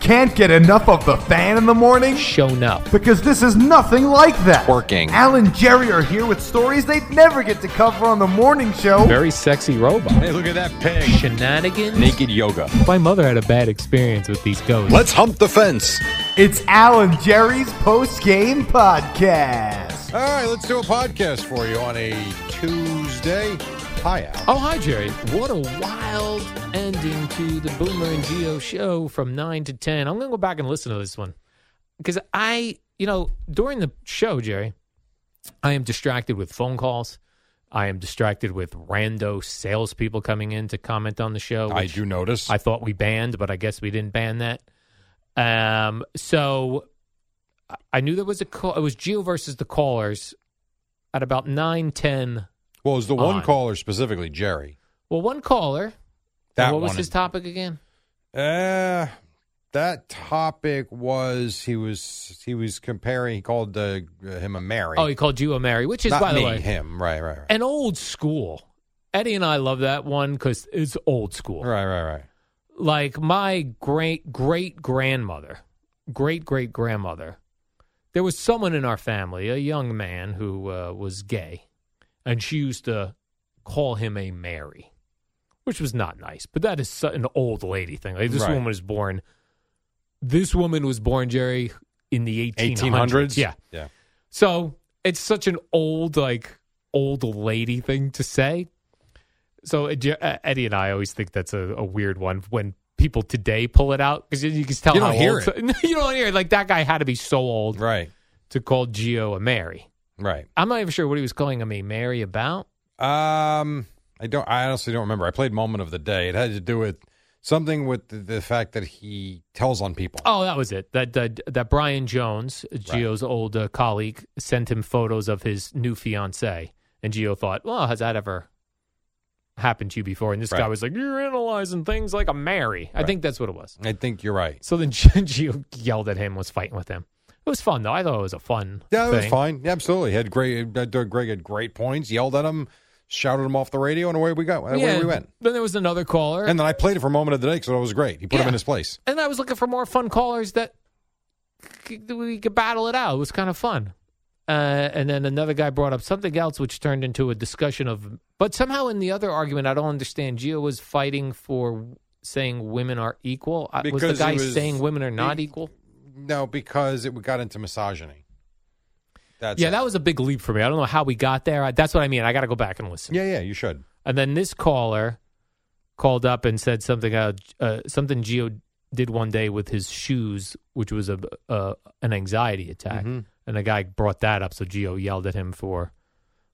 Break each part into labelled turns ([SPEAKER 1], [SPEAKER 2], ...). [SPEAKER 1] Can't get enough of the fan in the morning?
[SPEAKER 2] shown up.
[SPEAKER 1] Because this is nothing like that.
[SPEAKER 3] Twerking.
[SPEAKER 1] Al and Jerry are here with stories they'd never get to cover on the morning show.
[SPEAKER 2] Very sexy robot.
[SPEAKER 3] Hey, look at that pig.
[SPEAKER 2] Shenanigans.
[SPEAKER 3] Naked yoga.
[SPEAKER 2] My mother had a bad experience with these ghosts.
[SPEAKER 3] Let's hump the fence.
[SPEAKER 1] It's Al and Jerry's post game podcast.
[SPEAKER 4] All right, let's do a podcast for you on a Tuesday. Hi, Al.
[SPEAKER 2] Oh, hi, Jerry. What a wild ending to the Boomer and Geo show from 9 to 10. I'm going to go back and listen to this one. Because I, you know, during the show, Jerry, I am distracted with phone calls. I am distracted with rando salespeople coming in to comment on the show.
[SPEAKER 4] I
[SPEAKER 2] which-
[SPEAKER 4] do notice.
[SPEAKER 2] I thought we banned, but I guess we didn't ban that. Um, so I- I knew there was a call. It was Geo versus the callers at about nine ten.
[SPEAKER 4] well, it was the one
[SPEAKER 2] on.
[SPEAKER 4] caller specifically, Jerry.
[SPEAKER 2] Well, one caller.
[SPEAKER 4] That
[SPEAKER 2] and what was
[SPEAKER 4] one.
[SPEAKER 2] his topic again?
[SPEAKER 4] Uh, that topic was he was he was comparing. He called uh, him a Mary.
[SPEAKER 2] Oh, he called Geo Mary, which is
[SPEAKER 4] Not
[SPEAKER 2] by
[SPEAKER 4] me,
[SPEAKER 2] the way
[SPEAKER 4] him. Right, right, right,
[SPEAKER 2] an old school. Eddie and I love that one because it's old school.
[SPEAKER 4] right, right, right.
[SPEAKER 2] like my great great grandmother, great great grandmother, there was someone in our family, a young man who uh, was gay, and she used to call him a Mary, which was not nice. But that is su- an old lady thing. Like, this
[SPEAKER 4] Right.
[SPEAKER 2] woman was born. This woman was born, Jerry, in the eighteen hundreds. Yeah,
[SPEAKER 4] yeah.
[SPEAKER 2] so it's such an old, like, old lady thing to say. So uh, Je- uh, Eddie and I always think that's a, a weird one when people today pull it out because you can tell
[SPEAKER 4] You
[SPEAKER 2] how
[SPEAKER 4] don't hear
[SPEAKER 2] old. you don't hear it. Like that guy had to be so old
[SPEAKER 4] Right,
[SPEAKER 2] to call Geo a Mary.
[SPEAKER 4] right.
[SPEAKER 2] I'm not even sure what he was calling him a Mary about.
[SPEAKER 4] Um, I don't. I honestly don't remember. I played Moment of the Day. It had to do with something with the, the fact that he tells on people.
[SPEAKER 2] Oh, that was it. That that, that Brian Jones, Geo's old uh, colleague, sent him photos of his new fiance, and Geo thought, "Well, has that ever happened to you before?" And this guy
[SPEAKER 4] Right.
[SPEAKER 2] was like, "You're analyzing things like a Mary." I think that's what it was.
[SPEAKER 4] I think you're right.
[SPEAKER 2] So then Geo yelled at him, was fighting with him. It was fun though. I thought it was a fun.
[SPEAKER 4] Yeah, it was
[SPEAKER 2] thing.
[SPEAKER 4] fine. Yeah, absolutely. Had great. uh, Greg had great points. Yelled at him, shouted him off the radio, and away we got. Away
[SPEAKER 2] Yeah,
[SPEAKER 4] we went.
[SPEAKER 2] Then there was another caller,
[SPEAKER 4] And then I played it for a moment of the day because it was great. He put
[SPEAKER 2] Yeah.
[SPEAKER 4] him in his place.
[SPEAKER 2] and I was looking for more fun callers that c- we could battle it out. It was kind of fun. Uh, and then another guy brought up something else, which turned into a discussion of. But somehow in the other argument, I don't understand. Gio was fighting for saying women are equal. I- Was the
[SPEAKER 4] Because he
[SPEAKER 2] guy
[SPEAKER 4] was-
[SPEAKER 2] saying women are not
[SPEAKER 4] he-
[SPEAKER 2] equal?
[SPEAKER 4] No, because it got into misogyny. That's
[SPEAKER 2] Yeah,
[SPEAKER 4] it.
[SPEAKER 2] that was a big leap for me. I don't know how we got there. I, that's what I mean. I got to go back and listen.
[SPEAKER 4] Yeah, yeah, you should.
[SPEAKER 2] And then this caller called up and said something uh, uh, something Geo did one day with his shoes, which was a uh, an anxiety attack.
[SPEAKER 4] Mm-hmm.
[SPEAKER 2] And the guy brought that up, so Geo yelled at him for,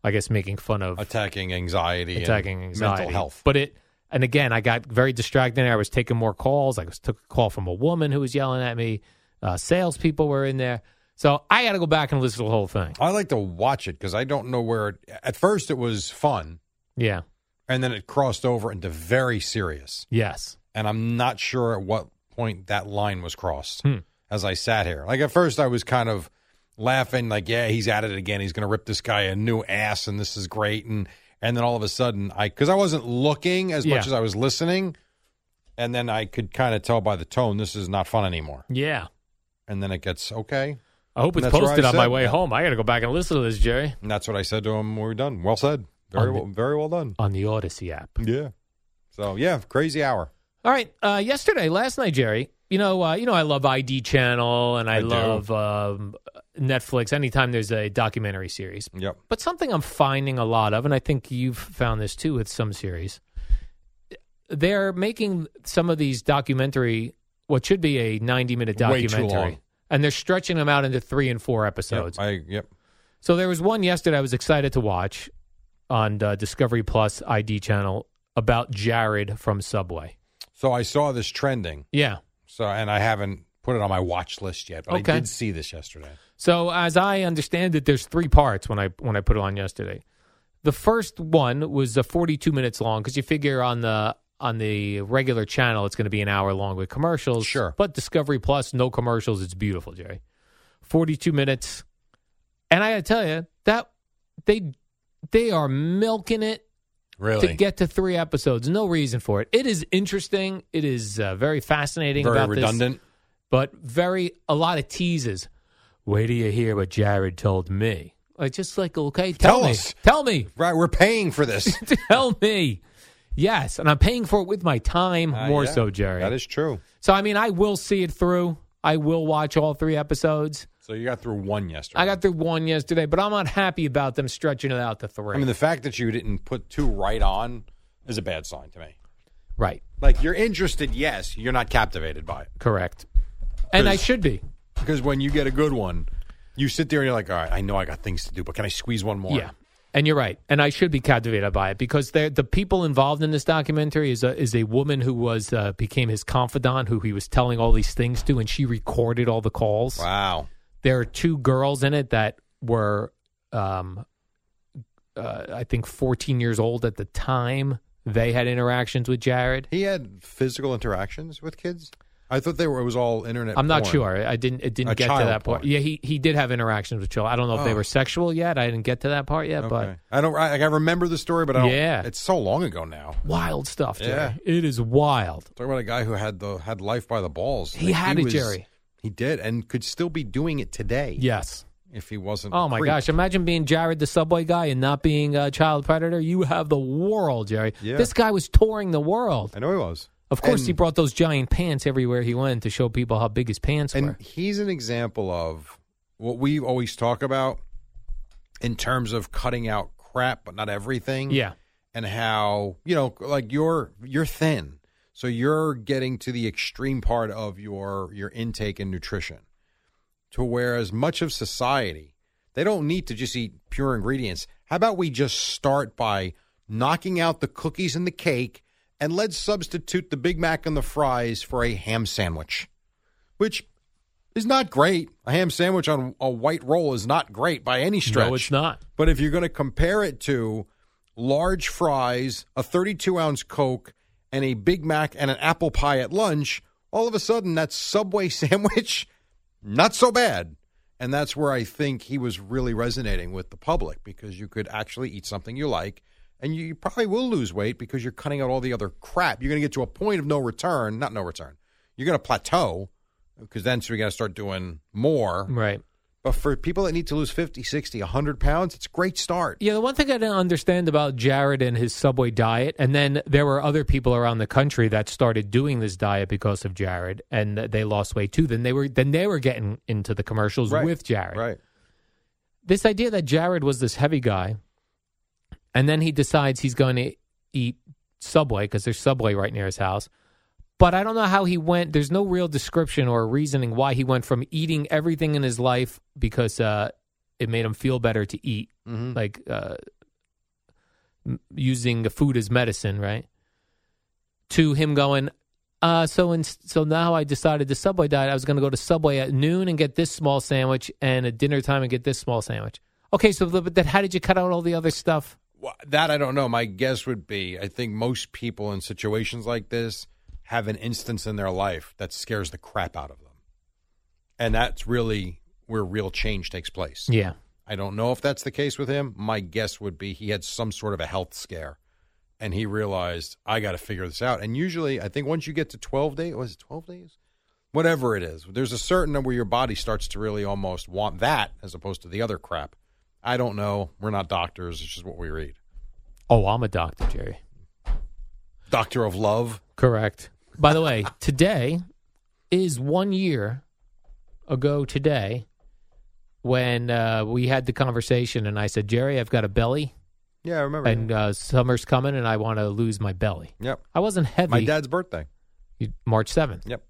[SPEAKER 2] I guess, making fun of
[SPEAKER 4] Attacking anxiety, and
[SPEAKER 2] attacking anxiety,
[SPEAKER 4] mental health.
[SPEAKER 2] But it, and again, I got very distracted. I was taking more calls. I was, took a call from a woman who was yelling at me. Uh, salespeople were in there, so I got to go back and listen to the whole thing.
[SPEAKER 4] I like to watch it because I don't know where. It, at first, it was fun,
[SPEAKER 2] Yeah.
[SPEAKER 4] and then it crossed over into very serious.
[SPEAKER 2] Yes.
[SPEAKER 4] and I'm not sure at what point that line was crossed
[SPEAKER 2] Hmm.
[SPEAKER 4] as I sat here. Like at first I was kind of laughing like yeah, he's at it again. He's going to rip this guy a new ass and this is great and and then all of a sudden I cuz I wasn't looking as
[SPEAKER 2] Yeah.
[SPEAKER 4] much as I was listening and then I could kind of tell by the tone this is not fun anymore.
[SPEAKER 2] Yeah.
[SPEAKER 4] And then it gets okay.
[SPEAKER 2] I hope it's
[SPEAKER 4] That's what
[SPEAKER 2] posted
[SPEAKER 4] I
[SPEAKER 2] on my
[SPEAKER 4] said.
[SPEAKER 2] way home. I got to go back and listen to this, Jerry,
[SPEAKER 4] And that's what I said to him when we were done. Well said. Very
[SPEAKER 2] On the-
[SPEAKER 4] well, very well done.
[SPEAKER 2] on the Odyssey app.
[SPEAKER 4] Yeah. So yeah, crazy hour.
[SPEAKER 2] All right. Uh, yesterday, last night, Jerry. You know, uh, you know, I love ID Channel and I,
[SPEAKER 4] I do.
[SPEAKER 2] love um, Netflix. Anytime there's a documentary series,
[SPEAKER 4] Yep.
[SPEAKER 2] but something I'm finding a lot of, and I think you've found this too with some series, they're making some of these documentary, what should be a 90 minute
[SPEAKER 4] Way too
[SPEAKER 2] documentary.
[SPEAKER 4] long.
[SPEAKER 2] And they're stretching them out into three and four episodes.
[SPEAKER 4] Yep, I, yep.
[SPEAKER 2] So there was one yesterday I was excited to watch on uh, Discovery Plus ID channel about Jared from Subway.
[SPEAKER 4] So I saw this trending.
[SPEAKER 2] Yeah.
[SPEAKER 4] So and I haven't put it on my watch list yet, but
[SPEAKER 2] Okay.
[SPEAKER 4] I did see this yesterday.
[SPEAKER 2] So as I understand it, there's three parts when I when I put it on yesterday. The first one was uh, 42 minutes long because you figure on the on the regular channel it's going to be an hour long with commercials.
[SPEAKER 4] Sure.
[SPEAKER 2] but Discovery Plus no commercials. It's beautiful, Jerry. 42 minutes, and I got to tell you that they they are milking it
[SPEAKER 4] Really?
[SPEAKER 2] to get to three episodes. No reason for it. It is interesting. It is uh, very fascinating.
[SPEAKER 4] Very
[SPEAKER 2] about This
[SPEAKER 4] redundant.
[SPEAKER 2] but very a lot of teases. Wait till you hear what Jared told me. Like just like okay, tell,
[SPEAKER 4] Tell
[SPEAKER 2] me,
[SPEAKER 4] us.
[SPEAKER 2] tell me,
[SPEAKER 4] Right, we're paying for this.
[SPEAKER 2] tell me. Yes, and I'm paying for it with my time
[SPEAKER 4] Uh,
[SPEAKER 2] more
[SPEAKER 4] yeah,
[SPEAKER 2] so, Jerry.
[SPEAKER 4] That is true.
[SPEAKER 2] so I mean, I will see it through. I will watch all three episodes.
[SPEAKER 4] So you got through one yesterday.
[SPEAKER 2] I got through one yesterday, but I'm not happy about them stretching it out to three.
[SPEAKER 4] I mean, the fact that you didn't put two right on is a bad sign to me.
[SPEAKER 2] right,
[SPEAKER 4] Like you're interested, yes, you're not captivated by it
[SPEAKER 2] correct, and I
[SPEAKER 4] 'Cause-
[SPEAKER 2] should be.
[SPEAKER 4] because when you get a good one, you sit there and you're like, all right, I know I got things to do, but can I squeeze one more?
[SPEAKER 2] Yeah, and you're right, and I should be captivated by it because they're- the people involved in this documentary is a, is a woman who was uh, became his confidant, who he was telling all these things to, and she recorded all the calls.
[SPEAKER 4] Wow.
[SPEAKER 2] There are two girls in it that were, um, uh, I think, 14 years old at the time. They had interactions with Jared.
[SPEAKER 4] He had physical interactions with kids. I thought they were. It was all internet.
[SPEAKER 2] I'm not
[SPEAKER 4] porn.
[SPEAKER 2] sure. I didn't. It didn't
[SPEAKER 4] A
[SPEAKER 2] get to
[SPEAKER 4] child
[SPEAKER 2] that part.
[SPEAKER 4] porn.
[SPEAKER 2] Yeah, he, he did have interactions with children. I don't know if they
[SPEAKER 4] Oh.
[SPEAKER 2] were sexual yet. I didn't get to that part yet.
[SPEAKER 4] Okay.
[SPEAKER 2] But
[SPEAKER 4] I don't. I, I remember the story, but I don't,
[SPEAKER 2] Yeah.
[SPEAKER 4] it's so long ago now.
[SPEAKER 2] wild stuff. Jerry.
[SPEAKER 4] Yeah.
[SPEAKER 2] it is wild.
[SPEAKER 4] Talk about a guy who had the had life by the balls.
[SPEAKER 2] He
[SPEAKER 4] Like,
[SPEAKER 2] had it, Jerry.
[SPEAKER 4] He did, and could still be doing it today.
[SPEAKER 2] Yes.
[SPEAKER 4] if he wasn't.
[SPEAKER 2] Oh
[SPEAKER 4] a
[SPEAKER 2] my
[SPEAKER 4] creep.
[SPEAKER 2] gosh! Imagine being Jared the Subway guy and not being a child predator. You have the world, Jerry.
[SPEAKER 4] Yeah.
[SPEAKER 2] This guy was touring the world.
[SPEAKER 4] I know he was.
[SPEAKER 2] Of course,
[SPEAKER 4] And-
[SPEAKER 2] he brought those giant pants everywhere he went to show people how big his pants
[SPEAKER 4] And
[SPEAKER 2] were.
[SPEAKER 4] he's an example of what we always talk about in terms of cutting out crap, but not everything.
[SPEAKER 2] Yeah,
[SPEAKER 4] and how you know like you're you're thin so you're getting to the extreme part of your your intake and nutrition to where as much of society they don't need to just eat pure ingredients how about we just start by knocking out the cookies and the cake and let's substitute the big mac and the fries for a ham sandwich which is not great a ham sandwich on a white roll is not great by any stretch
[SPEAKER 2] no, it's not.
[SPEAKER 4] but if you're going to compare it to large fries, a 32 ounce Coke, and a Big Mac and an apple pie at lunch, all of a sudden that Subway sandwich, not so bad. And that's where I think he was really resonating with the public because you could actually eat something you like and you probably will lose weight because you're cutting out all the other crap. You're going to get to a point of no return, not no return. You're going to plateau because then so you got to start doing more.
[SPEAKER 2] Right.
[SPEAKER 4] But for people that need to lose 50, 60, 100 pounds, it's a great start.
[SPEAKER 2] Yeah, the one thing I didn't understand about Jared and his Subway diet, and then there were other people around the country that started doing this diet because of Jared, and they lost weight too. Then they were then they were getting into the commercials with Jared.
[SPEAKER 4] Right.
[SPEAKER 2] this idea that Jared was this heavy guy, and then he decides he's going to eat Subway because there's Subway right near his house. But I don't know how he went. There's no real description or reasoning why he went from eating everything in his life because uh, it made him feel better to eat,
[SPEAKER 4] Mm-hmm.
[SPEAKER 2] like uh, m- using food as medicine, right? To him going, uh, so in, so now I decided the Subway diet. I was going to go to Subway at noon and get this small sandwich, and at dinner time and get this small sandwich. Okay, so the- but then how did you cut out all the other stuff?
[SPEAKER 4] Well, that I don't know. My guess would be I think most people in situations like this have an instance in their life that scares the crap out of them. And that's really where real change takes place.
[SPEAKER 2] Yeah,
[SPEAKER 4] I don't know if that's the case with him. My guess would be he had some sort of a health scare and he realized, I got to figure this out. And usually, I think once you get to 12 days, was it 12 days? Whatever it is, there's a certain number your body starts to really almost want that as opposed to the other crap. I don't know. We're not doctors. It's just what we read.
[SPEAKER 2] Oh, I'm a doctor, Jerry.
[SPEAKER 4] Doctor of love.
[SPEAKER 2] Correct. By the way, today is one year ago today when uh, we had the conversation, and I said, Jerry, I've got a belly,
[SPEAKER 4] Yeah, I remember.
[SPEAKER 2] and uh, summer's coming, and I want to lose my belly.
[SPEAKER 4] yep.
[SPEAKER 2] I wasn't uh, heavy.
[SPEAKER 4] My dad's birthday.
[SPEAKER 2] You- March seventh.
[SPEAKER 4] Yep.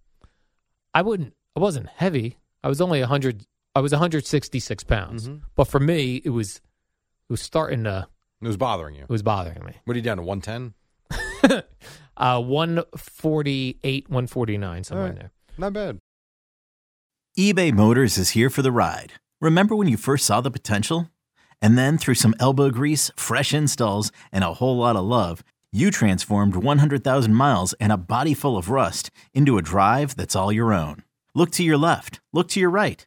[SPEAKER 2] I wouldn't. I wasn't heavy. I was only hundred. I was 166 pounds.
[SPEAKER 4] Mm-hmm.
[SPEAKER 2] But for me, it was it was starting to.
[SPEAKER 4] It was bothering you.
[SPEAKER 2] It was bothering me.
[SPEAKER 4] What are you down to? One ten?
[SPEAKER 2] Uh, 148, 149, somewhere
[SPEAKER 4] All
[SPEAKER 2] in
[SPEAKER 4] right.
[SPEAKER 2] there.
[SPEAKER 4] Not bad.
[SPEAKER 5] eBay Motors is here for the ride. Remember when you first saw the potential? And then through some elbow grease, fresh installs, and a whole lot of love, you transformed 100,000 miles and a body full of rust into a drive that's all your own. Look to your left, look to your right.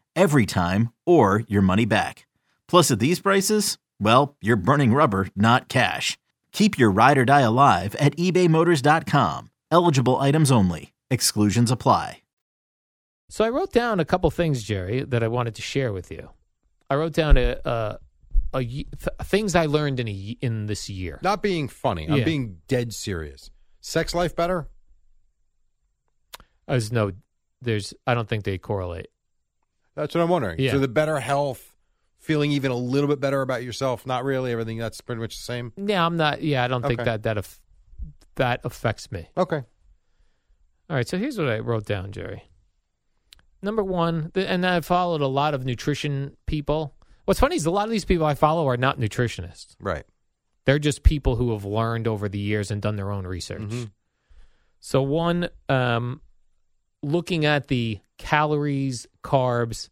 [SPEAKER 5] every time, or your money back. Plus, at these prices, well, you're burning rubber, not cash. Keep your ride or die alive at ebaymotors.com. Eligible items only. Exclusions apply.
[SPEAKER 2] So I wrote down a couple things, Jerry, that I wanted to share with you. I wrote down a, a, a y- th- things I learned in a, y- in this year.
[SPEAKER 4] Not being funny. I'm
[SPEAKER 2] Yeah.
[SPEAKER 4] being dead serious. Sex life better?
[SPEAKER 2] There's no, there's. I don't think they correlate.
[SPEAKER 4] That's what I'm wondering.
[SPEAKER 2] Yeah.
[SPEAKER 4] So the better health, feeling even a little bit better about yourself, not really everything. That's pretty much the same.
[SPEAKER 2] Yeah, I'm not. Yeah, I don't think
[SPEAKER 4] Okay.
[SPEAKER 2] that that aff that affects me.
[SPEAKER 4] Okay.
[SPEAKER 2] All right, so here's what I wrote down, Jerry. Number one, th- and I followed a lot of nutrition people. What's funny is a lot of these people I follow are not nutritionists.
[SPEAKER 4] Right.
[SPEAKER 2] They're just people who have learned over the years and done their own research. So one, um, looking at the calories, carbs,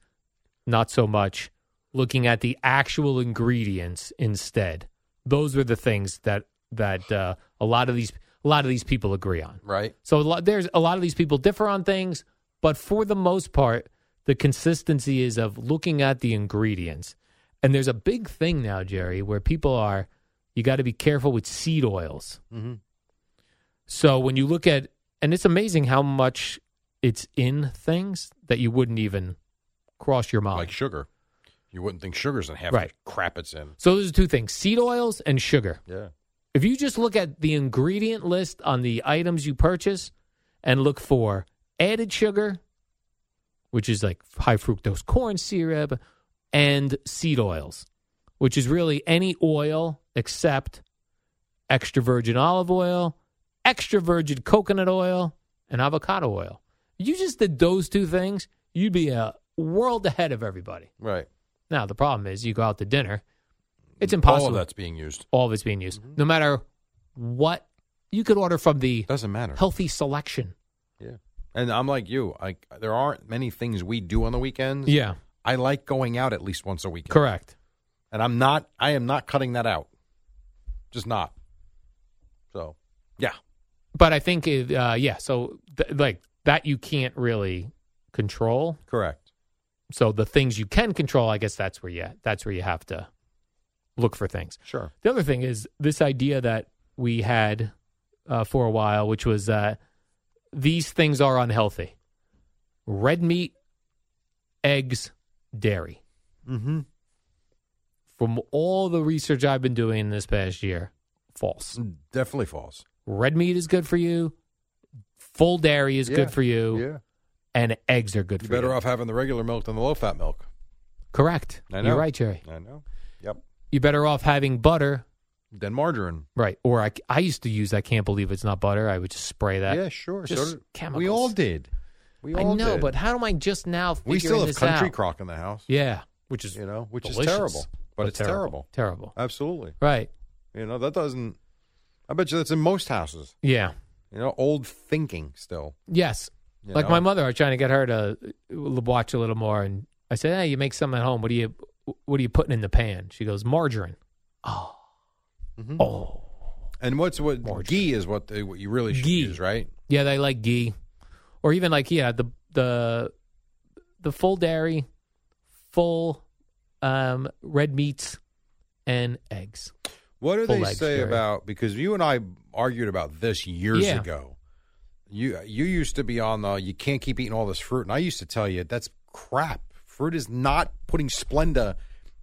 [SPEAKER 2] not so much. Looking at the actual ingredients instead. Those were the things that that uh, a lot of these a lot of these people agree on.
[SPEAKER 4] Right.
[SPEAKER 2] So a lot, there's a lot of these people differ on things, but for the most part, the consistency is of looking at the ingredients. And there's a big thing now, Jerry, where people are you got to be careful with seed oils.
[SPEAKER 4] Mhm.
[SPEAKER 2] So when you look at, and it's amazing how much it's in things that you wouldn't even cross your mind.
[SPEAKER 4] Like sugar. You wouldn't think sugar's in half
[SPEAKER 2] Um, Right.
[SPEAKER 4] the crap it's in.
[SPEAKER 2] so those are two things: seed oils and sugar.
[SPEAKER 4] Yeah.
[SPEAKER 2] If you just look at the ingredient list on the items you purchase and look for added sugar, which is like high fructose corn syrup, and seed oils, which is really any oil except extra virgin olive oil, extra virgin coconut oil, and avocado oil. You just did those two things, you'd be a world ahead of everybody.
[SPEAKER 4] Right.
[SPEAKER 2] Now, the problem is you go out to dinner, it's
[SPEAKER 4] All of
[SPEAKER 2] impossible
[SPEAKER 4] that's being used.
[SPEAKER 2] all of it's being used. No matter what, you could order from the
[SPEAKER 4] Doesn't matter.
[SPEAKER 2] healthy selection.
[SPEAKER 4] Yeah. And I'm like you. I there aren't many things we do on the weekends.
[SPEAKER 2] Yeah,
[SPEAKER 4] I like going out at least once a weekend.
[SPEAKER 2] correct.
[SPEAKER 4] And I'm not I am not cutting that out. Just not. So yeah.
[SPEAKER 2] But I think, it, uh, yeah, so th- like that you can't really control.
[SPEAKER 4] Correct.
[SPEAKER 2] So the things you can control, I guess that's where you that's where you have to look for things.
[SPEAKER 4] Sure.
[SPEAKER 2] The other thing is this idea that we had uh, for a while, which was uh, these things are unhealthy: red meat, eggs, dairy.
[SPEAKER 4] Mm-hmm.
[SPEAKER 2] from all the research I've been doing this past year, false.
[SPEAKER 4] Definitely false.
[SPEAKER 2] Red meat is good for you. Full dairy is
[SPEAKER 4] Yeah.
[SPEAKER 2] good for you,
[SPEAKER 4] Yeah.
[SPEAKER 2] and eggs are good
[SPEAKER 4] You're
[SPEAKER 2] for
[SPEAKER 4] better
[SPEAKER 2] you.
[SPEAKER 4] off having the regular milk than the low fat milk.
[SPEAKER 2] Correct.
[SPEAKER 4] I know.
[SPEAKER 2] You're right, Jerry.
[SPEAKER 4] I know. Yep.
[SPEAKER 2] You're better off having butter,
[SPEAKER 4] Then margarine.
[SPEAKER 2] right? Or I, I used to use. I can't believe it's not butter. I would just spray that.
[SPEAKER 4] yeah, sure.
[SPEAKER 2] just
[SPEAKER 4] did-
[SPEAKER 2] chemicals.
[SPEAKER 4] We all did. We
[SPEAKER 2] I
[SPEAKER 4] all
[SPEAKER 2] know,
[SPEAKER 4] did.
[SPEAKER 2] but how am I just now figuring
[SPEAKER 4] we still have
[SPEAKER 2] this
[SPEAKER 4] country
[SPEAKER 2] out?
[SPEAKER 4] crock in the house.
[SPEAKER 2] Yeah, which is
[SPEAKER 4] You know, which
[SPEAKER 2] delicious,
[SPEAKER 4] is terrible. But, it's terrible.
[SPEAKER 2] Terrible.
[SPEAKER 4] Absolutely.
[SPEAKER 2] Right.
[SPEAKER 4] You know, that doesn't I bet you that's in most houses.
[SPEAKER 2] Yeah.
[SPEAKER 4] You know, old thinking still.
[SPEAKER 2] Yes.
[SPEAKER 4] you
[SPEAKER 2] like
[SPEAKER 4] know?
[SPEAKER 2] my mother, I was trying to get her to uh, watch a little more, and I said, "Hey, you make something at home. What do you, what are you putting in the pan?" She goes, "Margarine." Oh,
[SPEAKER 4] Mm-hmm.
[SPEAKER 2] oh,
[SPEAKER 4] And what's what
[SPEAKER 2] Margarine.
[SPEAKER 4] ghee is what they, what you really should
[SPEAKER 2] Ghee.
[SPEAKER 4] use, right?
[SPEAKER 2] yeah, they like ghee, or even like yeah, the the the full dairy, full um, red meats, and eggs.
[SPEAKER 4] What do
[SPEAKER 2] full
[SPEAKER 4] they
[SPEAKER 2] eggs,
[SPEAKER 4] say
[SPEAKER 2] Jerry.
[SPEAKER 4] about because you and I argued about this years
[SPEAKER 2] Yeah.
[SPEAKER 4] ago. You you used to be on the you can't keep eating all this fruit, and I used to tell you that's crap. Fruit is not putting Splenda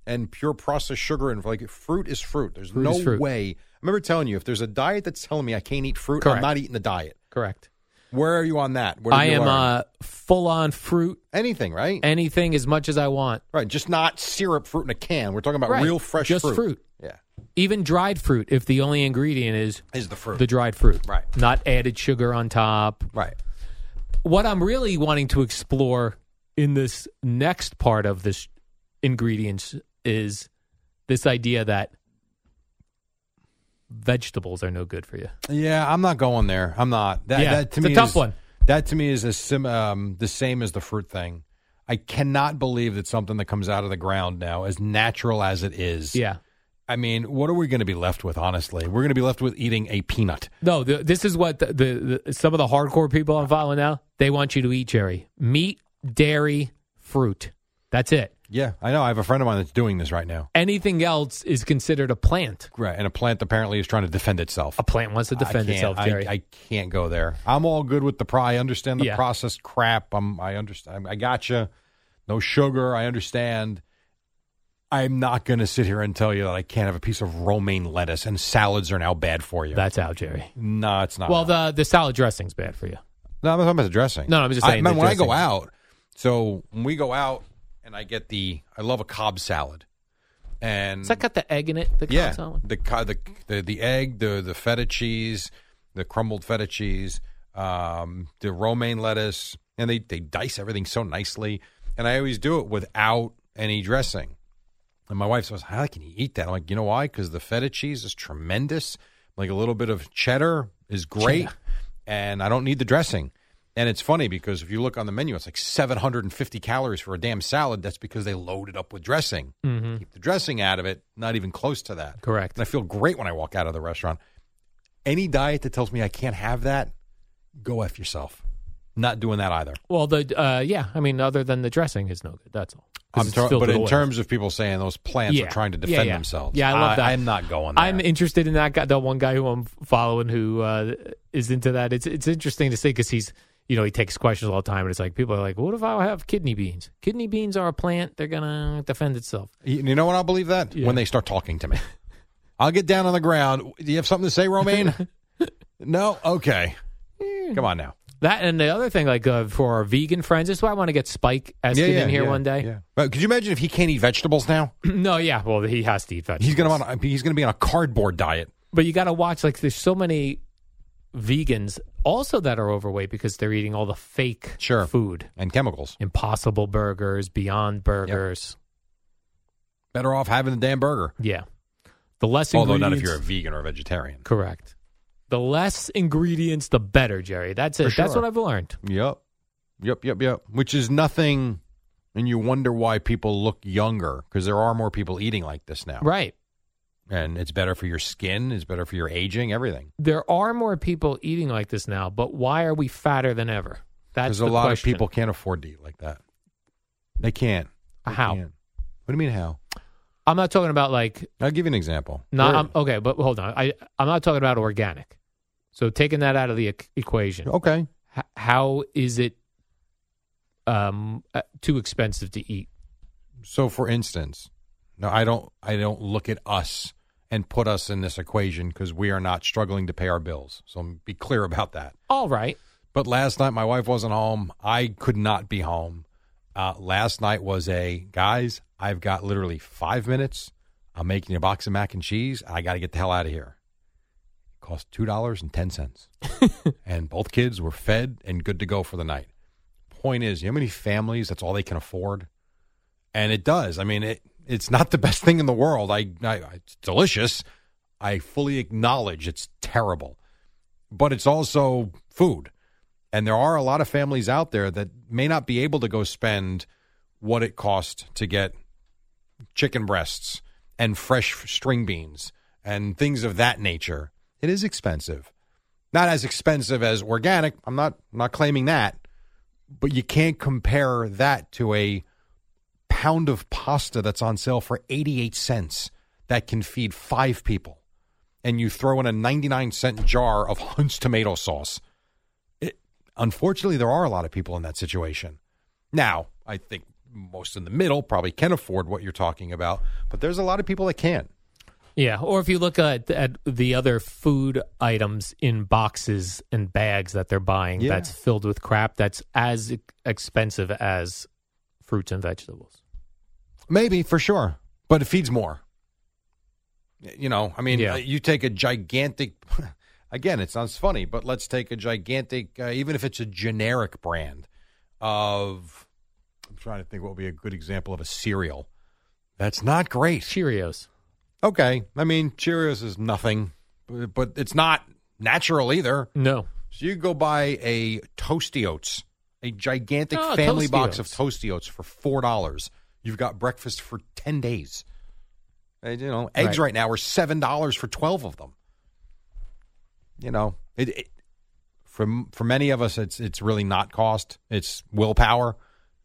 [SPEAKER 4] and pure processed sugar in. Like fruit is fruit. There's
[SPEAKER 2] Fruit
[SPEAKER 4] no
[SPEAKER 2] is fruit.
[SPEAKER 4] way. I remember telling you if there's a diet that's telling me I can't eat fruit, I'm
[SPEAKER 2] Correct.
[SPEAKER 4] not eating the diet.
[SPEAKER 2] Correct.
[SPEAKER 4] Where are you on that? Where did
[SPEAKER 2] I
[SPEAKER 4] you
[SPEAKER 2] am
[SPEAKER 4] learn?
[SPEAKER 2] uh, full on fruit,
[SPEAKER 4] anything right,
[SPEAKER 2] anything as much as I want.
[SPEAKER 4] right. Just not syrup fruit in a can. We're talking about
[SPEAKER 2] Right.
[SPEAKER 4] real fresh
[SPEAKER 2] Just
[SPEAKER 4] fruit.
[SPEAKER 2] fruit.
[SPEAKER 4] Yeah,
[SPEAKER 2] Even dried fruit, if the only ingredient is
[SPEAKER 4] is the fruit
[SPEAKER 2] the dried fruit,
[SPEAKER 4] Right.
[SPEAKER 2] Not added sugar on top.
[SPEAKER 4] right?
[SPEAKER 2] What I'm really wanting to explore in this next part of this ingredients is this idea that vegetables are no good for you.
[SPEAKER 4] Yeah, I'm not going there. I'm not. That,
[SPEAKER 2] Yeah,
[SPEAKER 4] that to
[SPEAKER 2] it's a
[SPEAKER 4] me
[SPEAKER 2] tough
[SPEAKER 4] is-
[SPEAKER 2] one.
[SPEAKER 4] That to me is a sim, um, the same as the fruit thing. I cannot believe that something that comes out of the ground now, as natural as it is.
[SPEAKER 2] Yeah.
[SPEAKER 4] I mean, what are we going to be left with? Honestly, we're going to be left with eating a peanut.
[SPEAKER 2] No, the, this is what the, the, the some of the hardcore people I'm following now. They want you to eat Jerry meat, dairy, fruit. That's it.
[SPEAKER 4] Yeah, I know. I have a friend of mine that's doing this right now.
[SPEAKER 2] Anything else is considered a plant.
[SPEAKER 4] Right, and a plant apparently is trying to defend itself.
[SPEAKER 2] A plant wants to defend
[SPEAKER 4] I can't-
[SPEAKER 2] itself,
[SPEAKER 4] I-
[SPEAKER 2] Jerry.
[SPEAKER 4] I, can't go there. I'm all good with the pro. I understand the
[SPEAKER 2] Yeah.
[SPEAKER 4] processed crap. I'm, I understand. I gotcha. No sugar. I understand. I'm not going to sit here and tell you that I can't have a piece of romaine lettuce and salads are now bad for you.
[SPEAKER 2] That's out, Jerry.
[SPEAKER 4] no, it's not.
[SPEAKER 2] Well, the the salad dressing's bad for you.
[SPEAKER 4] no, I'm talking about the dressing.
[SPEAKER 2] No, no, I'm just
[SPEAKER 4] I
[SPEAKER 2] saying
[SPEAKER 4] meant
[SPEAKER 2] the
[SPEAKER 4] when I go
[SPEAKER 2] dressing.
[SPEAKER 4] out. So when we go out, and I get the I love a Cobb salad, and
[SPEAKER 2] Has that got the egg in it? The
[SPEAKER 4] yeah,
[SPEAKER 2] salad?
[SPEAKER 4] the co- the the the egg, the the feta cheese, the crumbled feta cheese, um, the romaine lettuce, and they they dice everything so nicely. And I always do it without any dressing. And my wife says, "How can you eat that?" I'm like, "You know why? Because the feta cheese is tremendous. Like a little bit of cheddar is great, and I don't need the dressing." And it's funny because if you look on the menu, it's like 750 calories for a damn salad. That's because they load it up with dressing. Keep the dressing out of it. Not even close to that.
[SPEAKER 2] Correct.
[SPEAKER 4] And I feel great when I walk out of the restaurant. Any diet that tells me I can't have that, go f yourself. Not doing that either.
[SPEAKER 2] Well, the uh, yeah, I mean, other than the dressing is no good. That's all. 'Cause
[SPEAKER 4] I'm
[SPEAKER 2] it's
[SPEAKER 4] tar-
[SPEAKER 2] filled
[SPEAKER 4] but
[SPEAKER 2] with
[SPEAKER 4] in
[SPEAKER 2] oil.
[SPEAKER 4] terms of people saying those plants
[SPEAKER 2] Yeah.
[SPEAKER 4] are trying to
[SPEAKER 2] Yeah,
[SPEAKER 4] defend
[SPEAKER 2] yeah.
[SPEAKER 4] themselves,
[SPEAKER 2] Yeah, I love that.
[SPEAKER 4] I'm not going. There.
[SPEAKER 2] I'm interested in that guy, the one guy who I'm following who uh, is into that. It's it's interesting to see because he's you know he takes questions all the time, and it's like people are like, "What if I have kidney beans? Kidney beans are a plant; they're gonna defend itself."
[SPEAKER 4] You you know when I'll believe that?
[SPEAKER 2] Yeah.
[SPEAKER 4] When they start talking to me. I'll get down on the ground. Do you have something to say, Romaine? no? Okay. Come on now.
[SPEAKER 2] That and the other thing, like uh, for our vegan friends, this is why I want to get Spike Eskin in here
[SPEAKER 4] yeah,
[SPEAKER 2] one day.
[SPEAKER 4] yeah. But could you imagine if he can't eat vegetables now?
[SPEAKER 2] no, yeah, well, he has to eat vegetables.
[SPEAKER 4] He's gonna want he's gonna be on a cardboard diet.
[SPEAKER 2] But you got to watch like there's so many vegans also that are overweight because they're eating all the fake
[SPEAKER 4] Sure.
[SPEAKER 2] food.
[SPEAKER 4] And chemicals.
[SPEAKER 2] Impossible burgers, beyond burgers.
[SPEAKER 4] Better off having the damn burger.
[SPEAKER 2] Yeah. The less
[SPEAKER 4] Although not
[SPEAKER 2] ingredients
[SPEAKER 4] if you're a vegan or a vegetarian.
[SPEAKER 2] correct. The less ingredients the better, Jerry. That's it.
[SPEAKER 4] For
[SPEAKER 2] That's
[SPEAKER 4] sure.
[SPEAKER 2] what I've learned.
[SPEAKER 4] Yep. Yep, yep, yep. Which is nothing and you wonder why people look younger because there are more people eating like this now.
[SPEAKER 2] Right.
[SPEAKER 4] And it's better for your skin, it's better for your aging, everything.
[SPEAKER 2] There are more people eating like this now, but why are we fatter than ever? That's
[SPEAKER 4] Because a
[SPEAKER 2] the
[SPEAKER 4] lot
[SPEAKER 2] question.
[SPEAKER 4] of people can't afford to eat like that. They can't. They
[SPEAKER 2] How?
[SPEAKER 4] can't. What do you mean how?
[SPEAKER 2] I'm not talking about like
[SPEAKER 4] I'll give you an example.
[SPEAKER 2] not
[SPEAKER 4] Sure.
[SPEAKER 2] I'm, okay, but hold on. I I'm not talking about organic. So taking that out of the e- equation.
[SPEAKER 4] okay.
[SPEAKER 2] h- how is it um uh, too expensive to eat
[SPEAKER 4] So for instance, no, I don't. I don't look at us and put us in this equation because we are not struggling to pay our bills. So be clear about that.
[SPEAKER 2] all right
[SPEAKER 4] But last night my wife wasn't home. I could not be home. Uh, last night was a guys. I've got literally five minutes. I'm making a box of mac and cheese. I got to get the hell out of here. It cost two dollars and ten cents, and both kids were fed and good to go for the night. Point is, you know how many families that's all they can afford, and it does. I mean, it it's not the best thing in the world. I, I it's delicious. I fully acknowledge it's terrible, but it's also food. And there are a lot of families out there that may not be able to go spend what it cost to get chicken breasts and fresh string beans and things of that nature. It is expensive. Not as expensive as organic. I'm not I'm not claiming that, but you can't compare that to a pound of pasta that's on sale for 88 cents that can feed 5 people. and you throw in a 99 cent jar of Hunt's tomato sauce. It, unfortunately, there are a lot of people in that situation. Now, I think most in the middle probably can afford what you're talking about, but there's a lot of people that can't.
[SPEAKER 2] Yeah, or if you look at, at the other food items in boxes and bags that they're buying,
[SPEAKER 4] Yeah.
[SPEAKER 2] that's filled with crap that's as e- expensive as fruits and vegetables.
[SPEAKER 4] Maybe for sure, but it feeds more. You know, I mean,
[SPEAKER 2] Yeah.
[SPEAKER 4] uh, you take a gigantic. Again, it sounds funny, but let's take a gigantic, uh, even if it's a generic brand of. I'm trying to think what would be a good example of a cereal. That's not great.
[SPEAKER 2] Cheerios.
[SPEAKER 4] Okay, I mean Cheerios is nothing, but but it's not natural either.
[SPEAKER 2] No,
[SPEAKER 4] So you go buy a Toasty Oats, a gigantic
[SPEAKER 2] Oh,
[SPEAKER 4] family
[SPEAKER 2] Toasty
[SPEAKER 4] box of
[SPEAKER 2] Oats.
[SPEAKER 4] Toasty Oats for four dollars. You've got breakfast for ten days. And, you know, eggs right,
[SPEAKER 2] Right.
[SPEAKER 4] now are seven dollars for twelve of them. You know, it, it for for many of us, it's it's really not cost; it's willpower.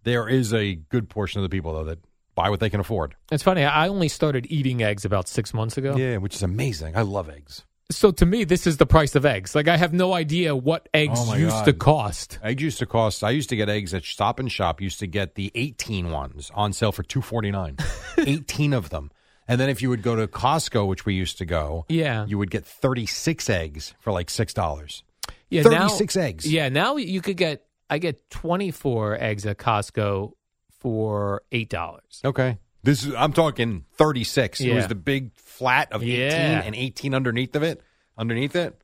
[SPEAKER 4] There is a good portion of the people though that buy what they can afford.
[SPEAKER 2] it's funny. I only started eating eggs about six months ago.
[SPEAKER 4] Yeah, which is amazing. I love eggs.
[SPEAKER 2] So to me, this is the price of eggs. Like I have no idea what eggs
[SPEAKER 4] Oh my
[SPEAKER 2] used to
[SPEAKER 4] God.
[SPEAKER 2] cost.
[SPEAKER 4] Eggs used to cost. I used to get eggs at Stop and Shop. Used to get the 18 ones on sale for 2.49. 18 of them. And then if you would go to Costco, which we used to go,
[SPEAKER 2] Yeah,
[SPEAKER 4] you would get 36 eggs for like six dollars.
[SPEAKER 2] yeah.
[SPEAKER 4] 36 eggs.
[SPEAKER 2] Yeah, now you could get. I get twenty four eggs at Costco for eight dollars.
[SPEAKER 4] Okay. This is I'm talking 36. It was
[SPEAKER 2] Yeah.
[SPEAKER 4] the big flat of 18
[SPEAKER 2] Yeah.
[SPEAKER 4] and 18 underneath of it. Underneath it,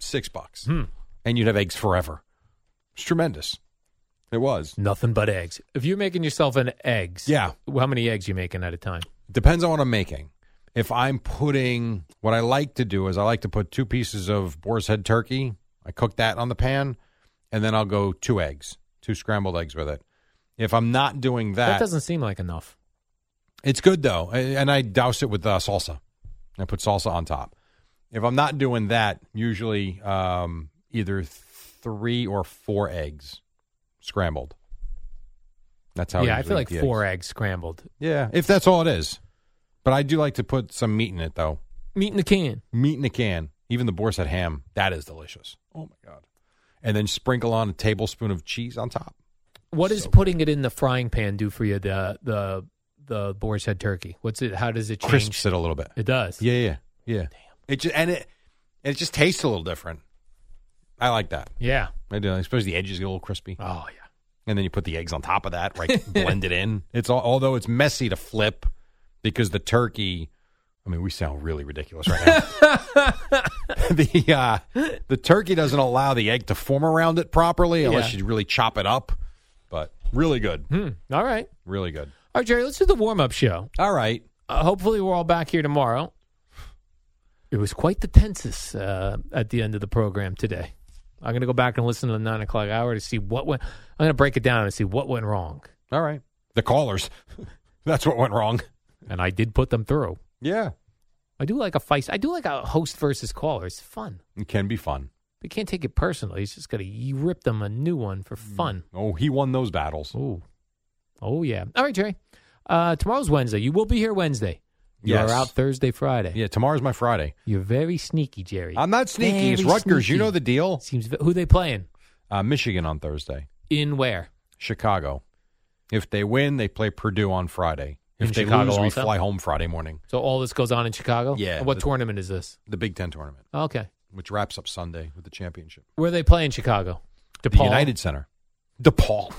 [SPEAKER 4] six bucks,
[SPEAKER 2] Hmm.
[SPEAKER 4] and you'd have eggs forever. It's tremendous. It was.
[SPEAKER 2] Nothing but eggs. If you're making yourself an eggs,
[SPEAKER 4] Yeah.
[SPEAKER 2] How many eggs you making at a time?
[SPEAKER 4] depends on what I'm making. If I'm putting what I like to do is I like to put two pieces of boar's head turkey. I cook that on the pan, and then I'll go two eggs, two scrambled eggs with it. If I'm not doing
[SPEAKER 2] That,
[SPEAKER 4] that,
[SPEAKER 2] doesn't seem like enough.
[SPEAKER 4] it's good though, a- and I douse it with uh, salsa. I put salsa on top. If I'm not doing that, usually um, either three or four eggs scrambled. That's how.
[SPEAKER 2] yeah, I feel like four
[SPEAKER 4] eggs.
[SPEAKER 2] eggs scrambled.
[SPEAKER 4] Yeah, if that's all it is. But I do like to put some meat in it though.
[SPEAKER 2] Meat in the can.
[SPEAKER 4] meat in a can, even the boar's head ham, that is delicious. Oh my god! And then sprinkle on a tablespoon of cheese on top.
[SPEAKER 2] What does putting it in the frying pan do for you? The the the boar's head turkey. What's it? How does it change?
[SPEAKER 4] Crisps it a little bit.
[SPEAKER 2] It does.
[SPEAKER 4] Yeah, yeah, yeah. It just, and it it just tastes a little different. I like that.
[SPEAKER 2] Yeah.
[SPEAKER 4] I do. I suppose the edges get a little crispy,
[SPEAKER 2] Oh yeah.
[SPEAKER 4] and then you put the eggs on top of that, right? blend it in. It's all, although it's messy to flip because the turkey. I mean, we sound really ridiculous right now. the uh, the turkey doesn't allow the egg to form around it properly unless
[SPEAKER 2] Yeah.
[SPEAKER 4] you really chop it up. But really good,
[SPEAKER 2] Hmm. All right.
[SPEAKER 4] really good.
[SPEAKER 2] All right, Jerry. Let's do the warm up show.
[SPEAKER 4] All right,
[SPEAKER 2] uh, hopefully we're all back here tomorrow. It was quite the tenses uh, at the end of the program today. I'm going to go back and listen to the nine o'clock hour to see what went. I'm going to break it down and see what went wrong,
[SPEAKER 4] all right. The callers, that's what went wrong.
[SPEAKER 2] and I did put them through.
[SPEAKER 4] Yeah,
[SPEAKER 2] I do like a fight. I do like a host versus caller. It's fun.
[SPEAKER 4] it can be fun.
[SPEAKER 2] They can't take it personally. He's just going to rip them a new one for fun.
[SPEAKER 4] Oh, he won those battles.
[SPEAKER 2] Oh, oh yeah. All right, Jerry. Uh, tomorrow's Wednesday. You will be here Wednesday. You
[SPEAKER 4] Yes.
[SPEAKER 2] are out Thursday, Friday.
[SPEAKER 4] Yeah, tomorrow's my Friday.
[SPEAKER 2] You're very sneaky, Jerry.
[SPEAKER 4] I'm not sneaky. it's
[SPEAKER 2] Very
[SPEAKER 4] Rutgers. You
[SPEAKER 2] sneaky.
[SPEAKER 4] know the deal.
[SPEAKER 2] Seems who they playing
[SPEAKER 4] Uh, Michigan on Thursday.
[SPEAKER 2] in where?
[SPEAKER 4] Chicago. If they win, they play Purdue on Friday. If
[SPEAKER 2] In
[SPEAKER 4] they
[SPEAKER 2] Chicago
[SPEAKER 4] lose, we
[SPEAKER 2] also?
[SPEAKER 4] fly home Friday morning.
[SPEAKER 2] So all this goes on in Chicago.
[SPEAKER 4] Yeah.
[SPEAKER 2] What
[SPEAKER 4] The-
[SPEAKER 2] tournament is this? Oh,
[SPEAKER 4] The Big Ten tournament,
[SPEAKER 2] Okay.
[SPEAKER 4] which wraps up Sunday with the championship.
[SPEAKER 2] Where they play in Chicago? DePaul.
[SPEAKER 4] The United Center. DePaul.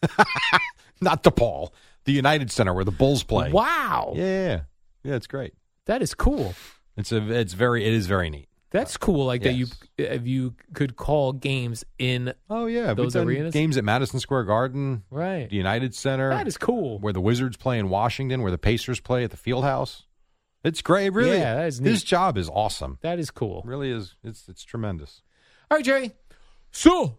[SPEAKER 4] Not DePaul. The United Center where the Bulls play.
[SPEAKER 2] Wow.
[SPEAKER 4] Yeah, yeah, yeah. Yeah, it's great.
[SPEAKER 2] That is cool.
[SPEAKER 4] It's a it's very it is very neat.
[SPEAKER 2] That's cool. Like
[SPEAKER 4] Yes.
[SPEAKER 2] that you if you could call games in
[SPEAKER 4] Oh yeah.
[SPEAKER 2] Those
[SPEAKER 4] We've done
[SPEAKER 2] arenas?
[SPEAKER 4] games at Madison Square Garden,
[SPEAKER 2] right.
[SPEAKER 4] the United Center.
[SPEAKER 2] That is cool.
[SPEAKER 4] where the Wizards play in Washington, where the Pacers play at the Field House. It's great. It really
[SPEAKER 2] Yeah, that is
[SPEAKER 4] his
[SPEAKER 2] neat.
[SPEAKER 4] job is awesome.
[SPEAKER 2] That is cool.
[SPEAKER 4] really is it's it's tremendous.
[SPEAKER 2] All right, Jerry. So